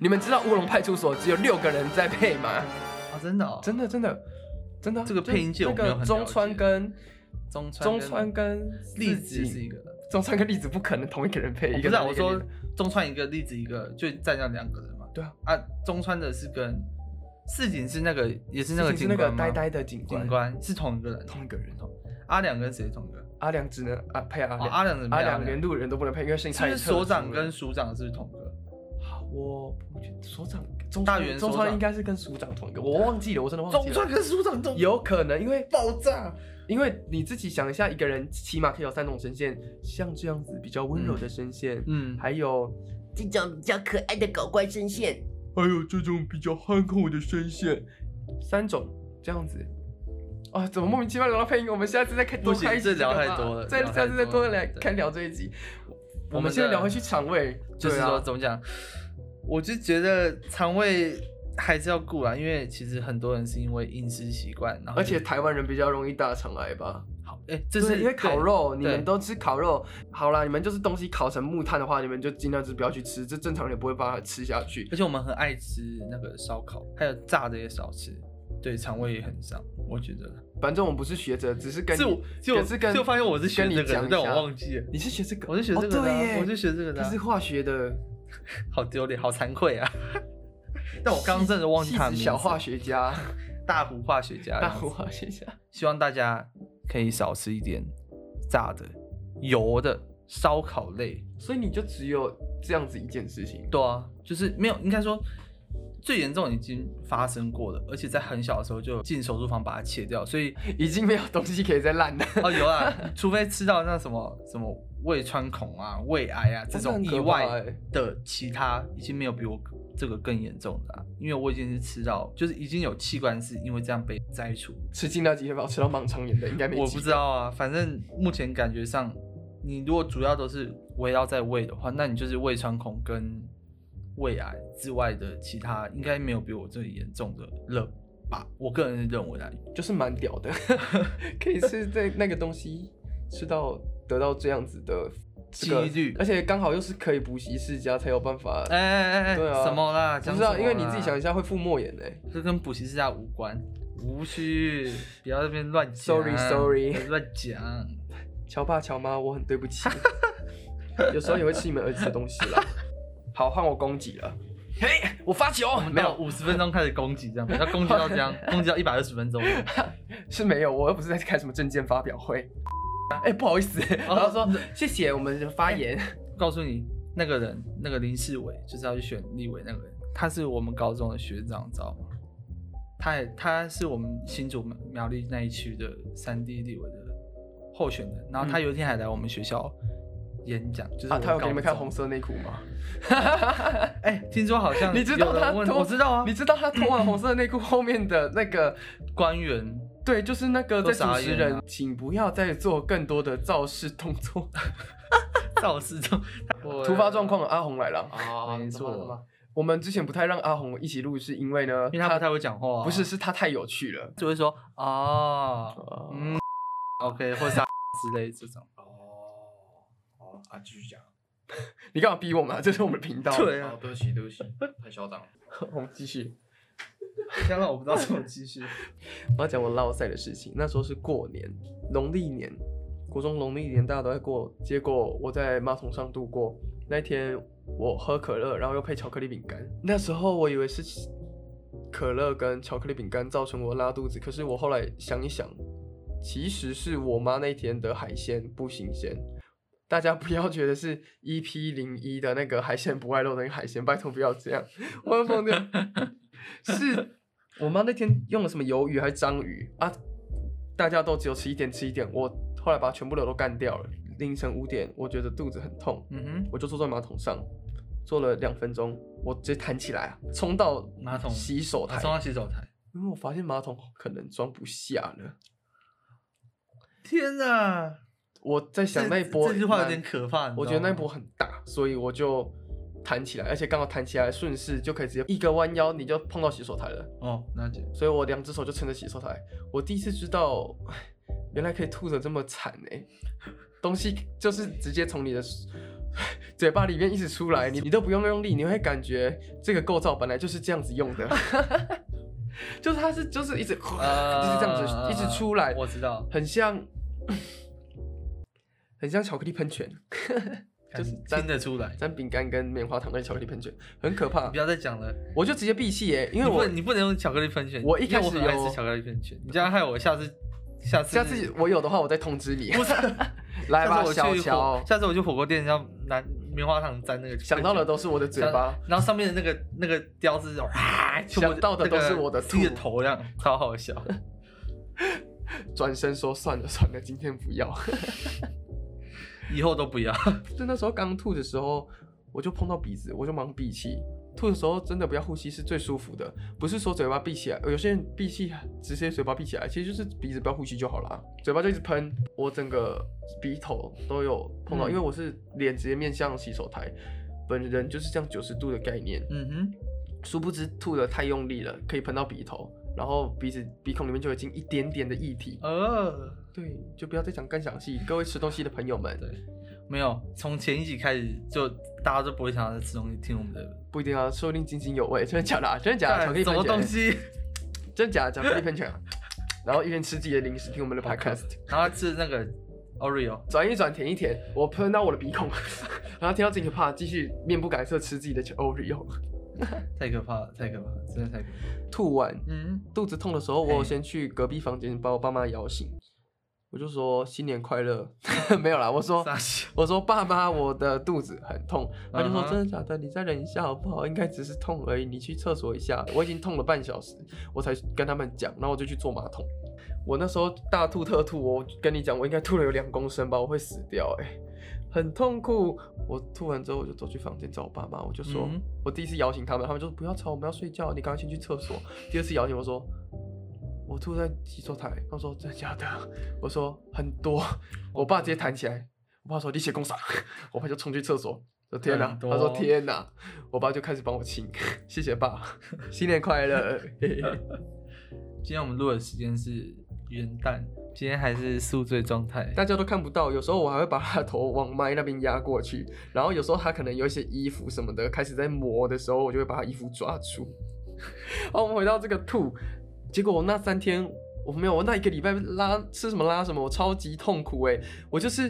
你们知道乌龙派出所只有六个人在配吗？
啊，真的哦，
真的真的真的啊，
这个配音界
就
我没有
那
很
个
了
中川
解
跟
中川
中
跟
川跟
栗
子
子是一个，
中川跟栗子不可能同一个人配
我
一
不
个
知
男
道
的
我
一个女的，
说中川一个栗子一个，就占掉两个人嘛。
对啊，
啊，中川的是跟市井是那个也是那个
事情是
警
那个
官吗
呆呆的警官，
警官是同一个人，
同一个人哦。
阿良跟谁同一个？
阿良只能啊配阿
哦，
良，
阿良怎么
阿
没有
良连路人都不能配，因为声音
是不
太
是
特殊了
所长跟署长是不是同一个？
我不觉得所长中
大原
中
所
川
长
应该是跟署长同一个，我忘记了，我真的忘记
中
了。
川跟署长都
有可能，因为
爆炸，
因为你自己想一下，一个人起码可以有三种声线，像这样子比较温柔的声线，
嗯，
还有
这种比较可爱的搞怪声线，
还
哎
有这种比较憨厚的声线，三种这样子。啊，怎么莫名其妙聊到配音？我们下次再开多
不行
开一集
这
个
聊太
吧
多了
再
聊
下
太
次再
多
多
了
来
对
看聊这一集。我
我
们
们
现在
的
聊回去肠胃，
就是
对啊
说怎么讲？我就觉得肠胃还是要顾啊啦，因为其实很多人是因为饮食习惯，然后
而且台湾人比较容易大肠癌吧？
好，哎，这
对
是
因为烤肉，
对
你们都吃烤肉，好啦，你们就是东西烤成木炭的话，你们就尽量就是不要去吃，这正常人也不会把它吃下去。
而且我们很爱吃那个烧烤，还有炸的也少吃，对肠胃也很伤，我觉得。
反正我们不是学者，只是跟
就
你
就
只是跟
就发现我是学
跟你
这个
讲
的
一，
但
下
我忘记了，
你是学这个，
我是学这个
哦、
的
对
啊，
耶
我是学这个的
他
啊
是，化学的，
好丢脸，好惭愧啊！但我刚刚真的忘记他的
戏
名
子
字，哎
小化学家，
大湖化学家，
大湖化学家，
希望大家可以少吃一点炸的、油的、烧烤类。
所以你就只有这样子一件事情，
对啊，就是没有，应该说最严重已经发生过了，而且在很小的时候就进手术房把它切掉，所以
已经没有东西可以再烂了。
哦有啊，除非吃到那什么什么胃穿孔啊、胃癌啊这种意
真的很
外
可怕欸
的，其他已经没有比我这个更严重的、啊，因为我已经是吃到，就是已经有器官是因为这样被摘除，
吃进那几天吧，吃到盲肠炎的应该没几个。
我不知道啊，反正目前感觉上，你如果主要都是围绕在胃的话，那你就是胃穿孔跟胃癌之外的其他，应该没有比我这里严重的了吧？我个人认为啊，
就是蛮屌的， 可以吃这那个东西，吃到得到这样子的这个
几率
而且刚好又是可以补习世家才有办法。
哎哎哎哎，
对啊
什么啦？
不
讲
知道，
什么
因为你自己想一
啦，
下，会腹膜炎哎。
这跟补习世家无关，无需不要这边乱讲
Sorry，sorry
不要乱 讲。
乔爸乔妈，我很对不 起，有时候也会吃你们儿子的东西啦。好，换我攻击了。嘿，我发球没
没有
有，
五十分钟开始攻击 这样，要攻击到这样，攻击到一百二十分钟。
是没有，我又不是在开什么证件发表会。 哎、不好意思，然
哦
后说谢谢我们的
哎
发 言。
告诉你，那个人，那个林世伟，就是要去选立委那个人，他是我们高中的学长，你知道吗？他也他是我们新竹苗栗那一区的三 D 立委的候选人，然后他有一天还来我们学校演讲，就是
啊，
我
他有给你们看
高中
红。色内裤吗？
哎、听说好像
你知道
嗯有人
他
问，
脱
我知道啊
你，知道他脱完红色内裤后面的那个
官员
对，就是那个
都
在
傻
主持
眼啊
人
了，
请不要再做更多的造势动作。
肇事中
突发状况，阿红来了。
啊，
啊没错
怎么了
我们之前不太让阿红一起录，是因为呢，
因为他不太会讲话、啊
不是，是他太有趣了。
就会说哦
嗯，
嗯，OK 或是啊 之类这种。
哦，好啊，继续讲。
你干嘛逼我们啊？这是我们的频道。
对
哦
啊，，
对不起，对不起，太嚣张了。
我们继续。
刚刚我不知道怎么继续。
我要讲我落赛的事情。那时候是过年，农历年，国中农历年大家都在过，结果我在马桶上度过。那一天我喝可乐，然后又配巧克力饼干。那时候我以为是可乐跟巧克力饼干造成我拉肚子，可是我后来想一想，其实是我妈那天的海鲜不新鲜。大家不要觉得是 EP 零一的那个海鲜不爱肉的那个海鲜，拜托不要这样，我要疯掉。 是我妈那天用了什么鱿鱼还是章鱼啊？大家都只有吃一点吃一点，我后来把全部的都干掉了。凌晨五点，我觉得肚子很痛，
嗯哼，
我就坐在马桶上，坐了两分钟，我直接弹起来啊，冲到
马桶
洗手台
我，冲到洗手台。
因为我发现马桶可能装不下了。
天哪！
我在想那一波
这句话有
蛮
点可怕。
我觉得那一波很大，所以我就弹起来，而且刚好弹起来顺势就可以直接一个弯腰，你就碰到洗手台了。
哦，那就
所以我两只手就撑着洗手台。我第一次知道，原来可以吐的这么惨哎、 东西就是直接从你的 嘴巴里面一直出来，你你都不用用力，你会感觉这个构造本来就是这样子用的， 就是它是就是一直就是这样子一直出来，
啊我知道，
很像很像巧克力喷泉，就是沾
听得出来。
沾饼干跟棉花糖跟巧克力喷泉，很可怕
你不。要再讲了，
我就直接闭气欸耶，因为
你不
我
能你不能用巧克力喷泉。
我一
因为
开始
我很爱
有
吃巧克力喷泉，你这样害我下次下次
下次我有的话我再通知你。
不是
来吧，
下次
小
我去
乔
火，，下次我去火锅店要拿棉花糖沾那个，
想到的都是我的嘴巴。，
然后上面的那个那个标志，啊，就我
想到的都是我的
那个自己的
吐
头，这样超好笑。
转身说算了算了，今天不要。
以后都不要。
就那时候刚吐的时候，我就碰到鼻子，我就忙闭气。吐的时候真的不要呼吸是最舒服的，不是说嘴巴闭起来，有些人闭气直接嘴巴闭起来，其实就是鼻子不要呼吸就好啦，嘴巴就一直喷，我整个鼻头都有碰到，
嗯
因为我是脸直接面向洗手台，本人就是这样九十度的概念，
嗯哼，
殊不知吐的太用力了，可以喷到鼻头，然后鼻子鼻孔里面就已经一点点的液体。
呃，
对，就不要再讲更详细。各位吃东西的朋友们，
对，没有，从前一集开始就大家都不会想要再吃东西，听我们的。
不一定要，说不定津津有味。真的假的啊、真的假的？巧克力
什
喷
么
泉？
东西？
真的假的？巧克力喷泉啊。然后一边吃自己的零食，听我们的
好可
podcast，
然后吃那个 Oreo，
转一转，舔一舔，我喷到我的鼻孔， 然后听到自己可怕，继续面不改色吃自己的，Oh Oreo。
太可怕了，太可怕了，真的太可怕了。
吐完，
嗯，
肚子痛的时候，我有
嘿
先去隔壁房间把我爸妈摇醒，我就说新年快乐， 没有啦，我说
傻笑。
我说爸妈，我的肚子很痛，他就说
嗯哼
真的假的？你再忍一下好不好？应该只是痛而已，你去厕所一下。我已经痛了半小时，我才跟他们讲，然后我就去坐马桶。我那时候大吐特吐，我跟你讲，我应该吐了有两公升吧，我会死掉哎、很痛苦。我吐完之后，我就走去房间找我爸妈，我就说，
嗯
我第一次摇醒他们，他们就说不要吵，我们要睡觉，你赶快先去厕所。第二次摇醒我说，我吐在洗手台，他们说真的假的？我说很多，我爸直接弹起来，我爸说你写公啥？ 我爸就冲去厕所，说天哪、
很多
他说天哪、我爸就开始帮我亲， 谢谢爸，新年快乐。嘿嘿
今天我们录的时间是元旦，今天还是宿醉状态。
大家都看不到，有时候我还会把他的头往麦那边压过去，然后有时候他可能有一些衣服什么的开始在磨的时候，我就会把他衣服抓住。 好，我们回到这个吐，结果我那三天我没有，我那一个礼拜拉吃什么拉什么，我超级痛苦哎、我就是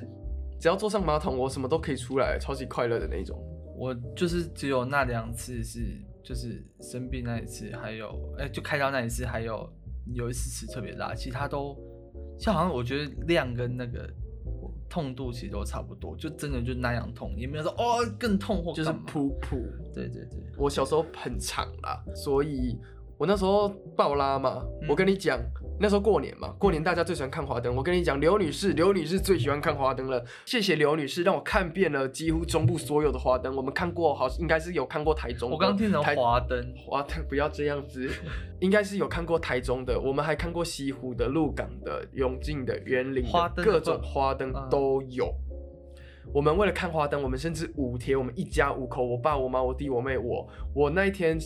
只要坐上马桶，我什么都可以出来，超级快乐的那种。
我就是只有那两次是，就是生病那一次，还有哎、就开刀那一次，还有有一次吃特别辣，其他都像好像我觉得量跟那个痛度其实都差不多，就真的就那样痛，也没有说哦更痛或
就是
干嘛
噗噗。
对对对，
我小时候很长啦，所以我那时候爆拉嘛，
嗯
我跟你讲，那时候过年嘛，过年大家最喜欢看华灯。我跟你讲，刘女士，刘女士最喜欢看华灯了。谢谢刘女士，让我看遍了几乎中部所有的华灯。我们看过好，应该是有看过台中的。
我刚听成
台
华灯，
华灯不要这样子，应该是有看过台中的，我们还看过西湖的、鹿港的、永靖的、园林的
花灯的
各种花灯
嗯
都有。我们为了看花灯，我们甚至五天，我们一家五口，我爸、我妈、我弟、我妹、我，我那一天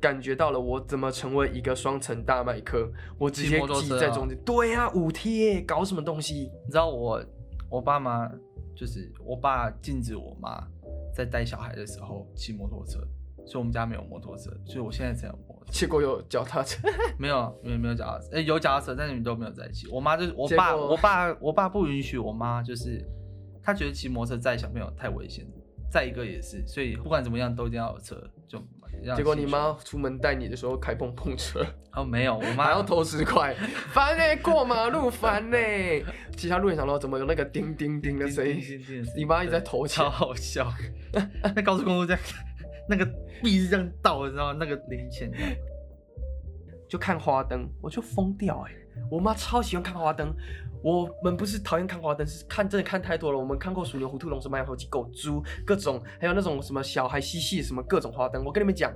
感觉到了我怎么成为一个双层大麦克，我直接
骑摩托
挤
车啊
在中间。对呀、五天搞什么东西？
你知道我我爸妈就是我爸禁止我妈在带小孩的时候骑摩托车，所以我们家没有摩托车，所以我现在才有摩托车。
结果有脚踏 车，
没有，没有，没有脚踏车，哎、有脚踏车，但你们都没有在一起。我妈就是我
结
爸，
果
我爸，我爸不允许我妈，就是他觉得骑摩托车载小朋友太危险，载一个也是，所以不管怎么样都一定要有车，就让
结果
骑
你
去
妈出门带你的时候开碰碰车。
哦没有，我
还
妈
要 投十块，烦呢、过马路烦呢、其他路也想到怎么有那个叮叮叮的声音？你妈一直在投钱
超，好笑。那高速公路这样，那个币是这样倒的，你知道吗？那个零钱这样。
就看花灯，我就疯掉哎、我妈超喜欢看花灯，我们不是讨厌看花灯，是看真的看太多了。我们看过鼠牛、虎兔、龙蛇、蛮猴、鸡、狗、猪，各种，还有那种什么小孩嬉戏什么各种花灯。我跟你们讲，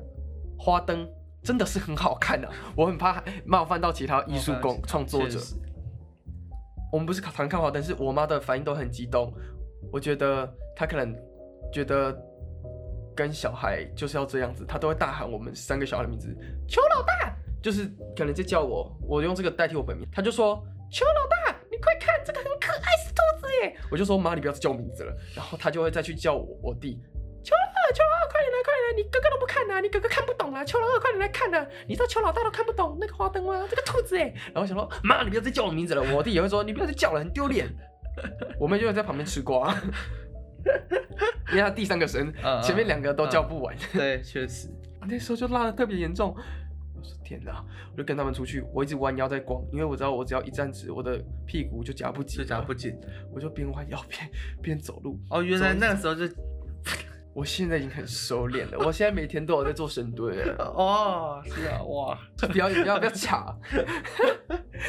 花灯真的是很好看的、我很怕冒犯到其他艺术工创作者
确。实
我们不是常看花灯，是我妈的反应都很激动。我觉得她可能觉得跟小孩就是要这样子，她都会大喊我们三个小孩的名字，邱老大，就是可能在叫我，我用这个代替我本名，她就说邱老大，你快看这个很可爱是兔子耶，我就说妈，你不要再叫我名字了，然后她就会再去叫我我弟。邱老二，邱老二，快点来，快点来！你哥哥都不看呐、你哥哥看不懂啦、邱老二，快点来看呐、你知道邱老大都看不懂那个花灯吗？这个兔子哎、然后我想说，妈，你不要再叫我名字了。我弟也会说，你不要再叫了，很丢脸。 我妹就会在旁边吃瓜，因为她第三个神
嗯，嗯嗯
前面两个都叫不完。
对，确实。
那时候就拉的特别严重。我说天哪！我就跟他们出去，我一直弯腰在逛，因为我知道我只要一站直，我的屁股就夹不紧，
就夹 不，紧
我就边弯腰边边走路。
哦，原来那个时候就
我现在已经很收敛了，我现在每天都有在做深蹲了。
哦，是啊，哇，
不要不要不要卡，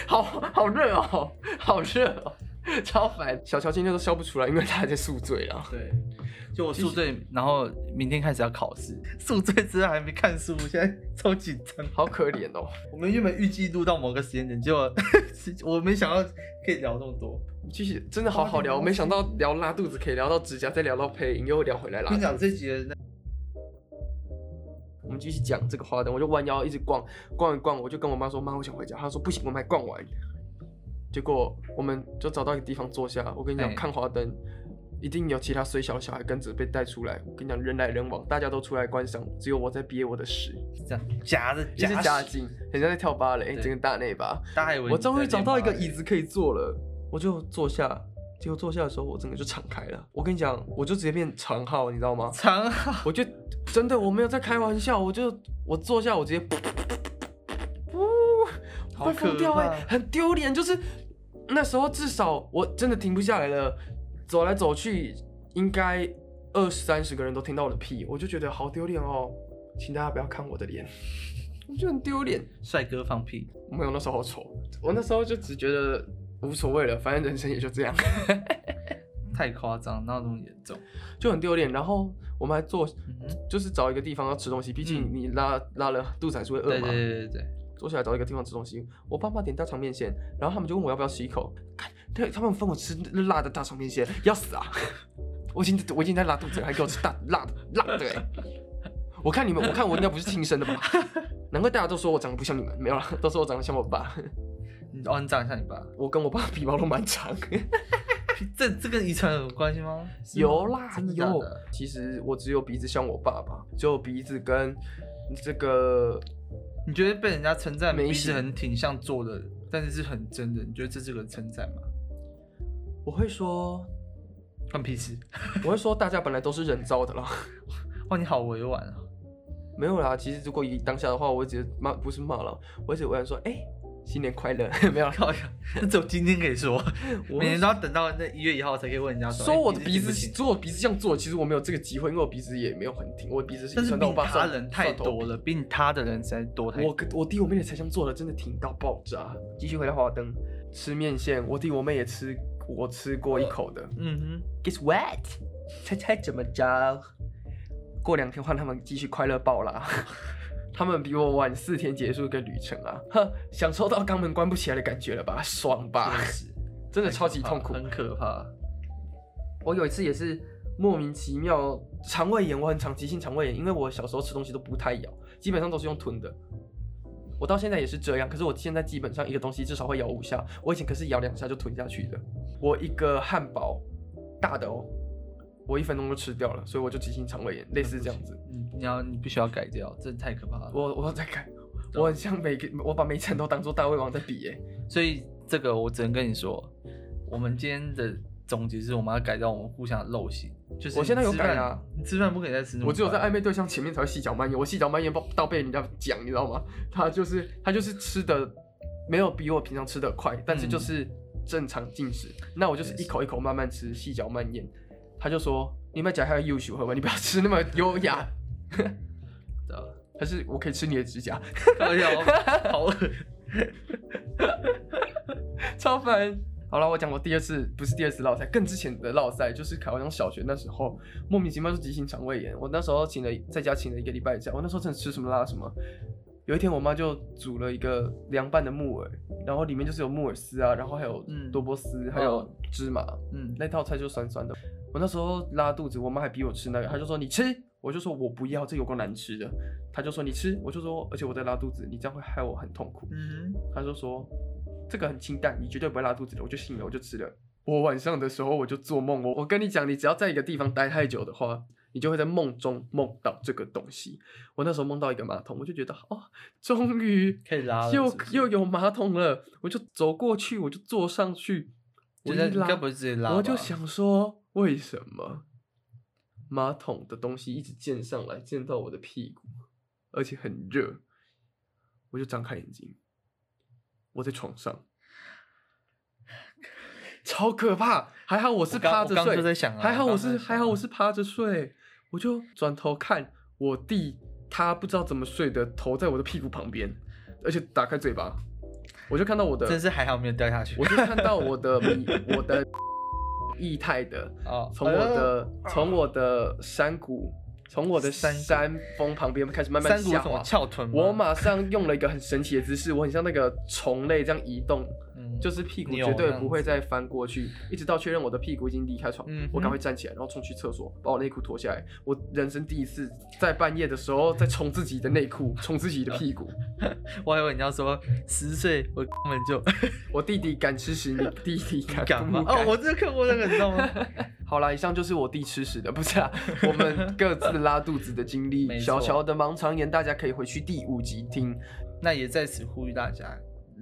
好好热哦，好热哦，超烦。小乔今天都笑不出来，因为他还在宿醉啊。
对，就我宿醉，然后明天开始要考试，宿醉之后还没看书，我现在超紧张。
好可怜哦！
我们原本预计录到某个时间点，结果 我没想到可以聊这么多。
继续，真的好好聊，没想到聊拉肚子可以聊到指甲，再聊到配音，又聊回来
我
拉
跟
肚
你
子。
讲，这集的那
我们继续讲这个花灯，我就弯腰一直逛，逛一逛，我就跟我妈说：“妈，我想回家。”她说：“不行，我们还逛完。”结果我们就找到一个地方坐下。我跟你讲，
哎
看花灯，一定有其他虽小的小孩跟着被带出来。我跟你讲，人来人往，大家都出来观赏，只有我在憋我的屎。
这样夹着
一直
夹
夹
死，
紧，很像在跳芭蕾，
对
整个大内八。
大家以为
我
你
终于
在
找
练
到一个
芭蕾
椅子可以坐了，我就坐下。结果坐下的时候，我整个就敞开了。我跟你讲，我就直接变长号，你知道吗？
长
我就真的我没有在开玩笑，我就我坐下，我直接，
好
快疯掉
可
哎、
怕
很丢脸。就是那时候至少我真的停不下来了，走来走去应该二三十个人都听到我的屁，我就觉得好丢脸哦。请大家不要看我的脸，我就很丢脸。
帅哥放屁，
没有，那时候好丑，我那时候就只觉得无所谓了，反正人生也就这样。
太夸张，哪有那么严重？
就很丢脸。然后我们还坐，
嗯哼
就是找一个地方要吃东西，毕竟
嗯
你拉拉了肚子还是会饿
对
嘛。
对对对对，
坐下来找一个地方吃东西，我爸妈点大肠面线，然后他们就问我要不要吃一口，看对，他们分我吃辣的大肠面线，要死啊！ 我已经我已经在拉肚子了，还给我吃大辣的辣的、欸。 我看你们，我看我应该不是亲生的吧？ 难怪大家都说我长得不像你们，没有啦，都说我长得像我爸。
你哦，你长得像你爸，
我跟我爸皮毛都蛮 长。
这这跟遗传有关系吗？是吗
有啦，
真的假
有
的？。
其实我只有鼻子像我爸爸，只有鼻子跟这个
你觉得被人家称赞
没
鼻子
戏
很挺像做的，但是是很真的，你觉得这是个称赞吗？
我会说，
关屁事！
我会说大家本来都是人造的啦。
哇，你好委婉啊！
没有啦，其实如果以当下的话，我会直接骂，不是骂了，我会直接委婉说，哎、新年快乐， 没有啦
靠呀，那只有今天可以说，我每年都要等到那一月一号才可以问人家
说
哎
我的鼻
不
子，
行
说我鼻子这样做，其实我没有这个机会，因为我鼻子也没有很挺，我鼻子是
但是
酸到
比
我爸
他
上
人太多。了，比你他的人实在多太
上头
多。
我跟我弟我妹也才像做的，真的挺到爆炸。继续回到华灯，吃面线，我弟我妹也吃，我吃过一口的。
嗯
Guess what？猜猜怎么着？过两天换他们继续快乐爆啦。 他们比我晚四天结束一个旅程啊，呵，享受到肛门关不起来的感觉了吧？爽吧
哼，确？实
啊真的超级痛苦。
啊很可怕。
我有一次也是莫名其妙肠胃炎，我很常急性肠胃炎，因为我小时候吃东西都不太咬，基本上都是用吞的。我到现在也是这样，可是我现在基本上一个东西至少会咬五下，我以前可是咬两下就吞下去的。我一个汉堡，大的哦，我一分钟就吃掉了，所以我就急性肠胃炎，类似这样子。
你你要你必须要改掉，这太可怕了。
我我在改，我很像每个我把每一层都当做大胃王在比耶、
所以这个我只能跟你说，我们今天的总结是我们要改掉我们互相的陋习。就是
我现在有
你吃饭
改啊，
你吃饭不可以再吃那么快。
我只有在 暧昧对象前面才会细嚼慢咽，我细嚼慢咽到到被人家讲，你知道吗？ 他就是他就是吃的没有比我平常吃的快，但是就是正常进食。那我就是一口一口慢慢吃，细嚼慢咽。他就说：“你们讲还有优秀，好吧？你不要吃那么优雅。
对啊”
还是我可以吃你的指甲，
哎 呀，好恶。
超烦。好了，我讲我第二次不是第二次落赛，更之前的落赛就是考上小学那时候，莫名其妙就急性肠胃炎。我那时候请了在家请了一个礼拜假，我那时候真的吃什么拉什么。有一天我妈就煮了一个凉拌的木耳，然后里面就是有木耳丝啊，然后还有
嗯
多波丝，还有
哦
芝麻，
嗯，
那套菜就酸酸的。我那时候拉肚子，我妈还逼我吃那个，她就说你吃，我就说我不要，这有够难吃的。她就说你吃，我就说而且我在拉肚子，你这样会害我很痛苦。
嗯
他就说这个很清淡，你绝对不会拉肚子的。我就信了，我就吃了。我晚上的时候我就做梦，我我跟你讲，你只要在一个地方待太久的话，你就会在梦中梦到这个东西。我那时候梦到一个马桶，我就觉得哦，终于
可以拉了
又
是不是
又有马桶了，我就走过去，我就坐上去，我
就
一
在你
拉
该不会直接拉吧？
我就想说，为什么马桶的东西一直溅上来，溅到我的屁股，而且很热，我就张开眼睛，我在床上，超可怕。还好我是
我刚
趴
我
着
刚
睡，
就在想啊
还好
我
我
刚就是在
还好
想
我是趴着睡，我就转头看我弟，他不知道怎么睡的，头在我的屁股旁边，而且打开嘴巴，我就看到我的
真是还好没有掉下去。
我就看到我的米，我的 液态的，
哦
从我的从我的山谷，从我的
山
山
谷
峰旁边开始慢慢
三股
下
什么
滑。
翘臀吗，
我马上用了一个很神奇的姿势，我很像那个虫类这样移动，
嗯
就是屁股
扭
绝对
这样
不会
子
再翻过去，一直到确认我的屁股已经离开床，
嗯
我赶
哼
快站起来，然后冲去厕所，把我内裤脱下来。我人生第一次在半夜的时候在冲自己的内裤，冲自己的屁股。
我还以为你要说十岁我根本就
我弟弟敢吃屎，你弟弟 敢
敢
啊不
吗？
敢
哦，我真的啊看过那个，你知道吗？
好啦，以上就是我弟吃屎的，不是啊，我们各自拉肚子的经历。
没错
小乔的盲肠炎，大家可以回去第五集听。
那也在此呼吁大家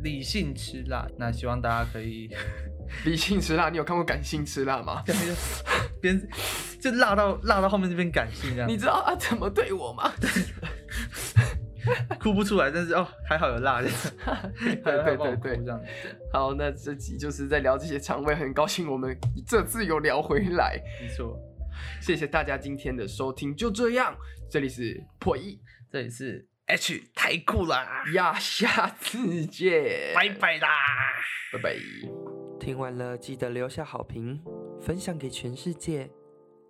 理性吃辣，那希望大家 可以
理性吃辣，你有看过感性吃辣吗？
边就辣到辣到后面这边感性这样，
你知道他怎么对我吗？
哭不出来，但是哦还好有 辣这样，对
对对对
这样子，
好，那这集就是在聊这些肠胃，很高兴我们这次有聊回来，
没错，
谢谢大家今天的收听，就这样，这里是破译
这里是 H 太酷啦，
呀，下次见，
拜拜啦。
拜拜。
听完了记得留下好评，分享给全世界，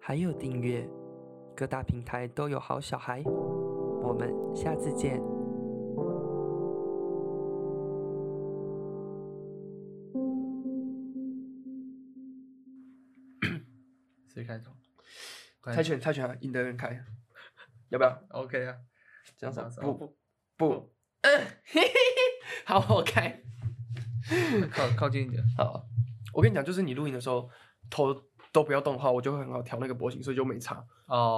还有订阅，各大平台都有好小孩。我们下次见。
谁开头？
猜拳猜拳啊，赢得人开，要不要？
OK 啊，
这样子啊
这样子啊
不不不， 嘿嘿嘿，好，我开。
靠靠近一点。
好，我跟你讲，就是你录音的时候头都不要动的话，我就会很好调那个波形，所以就没差。
哦，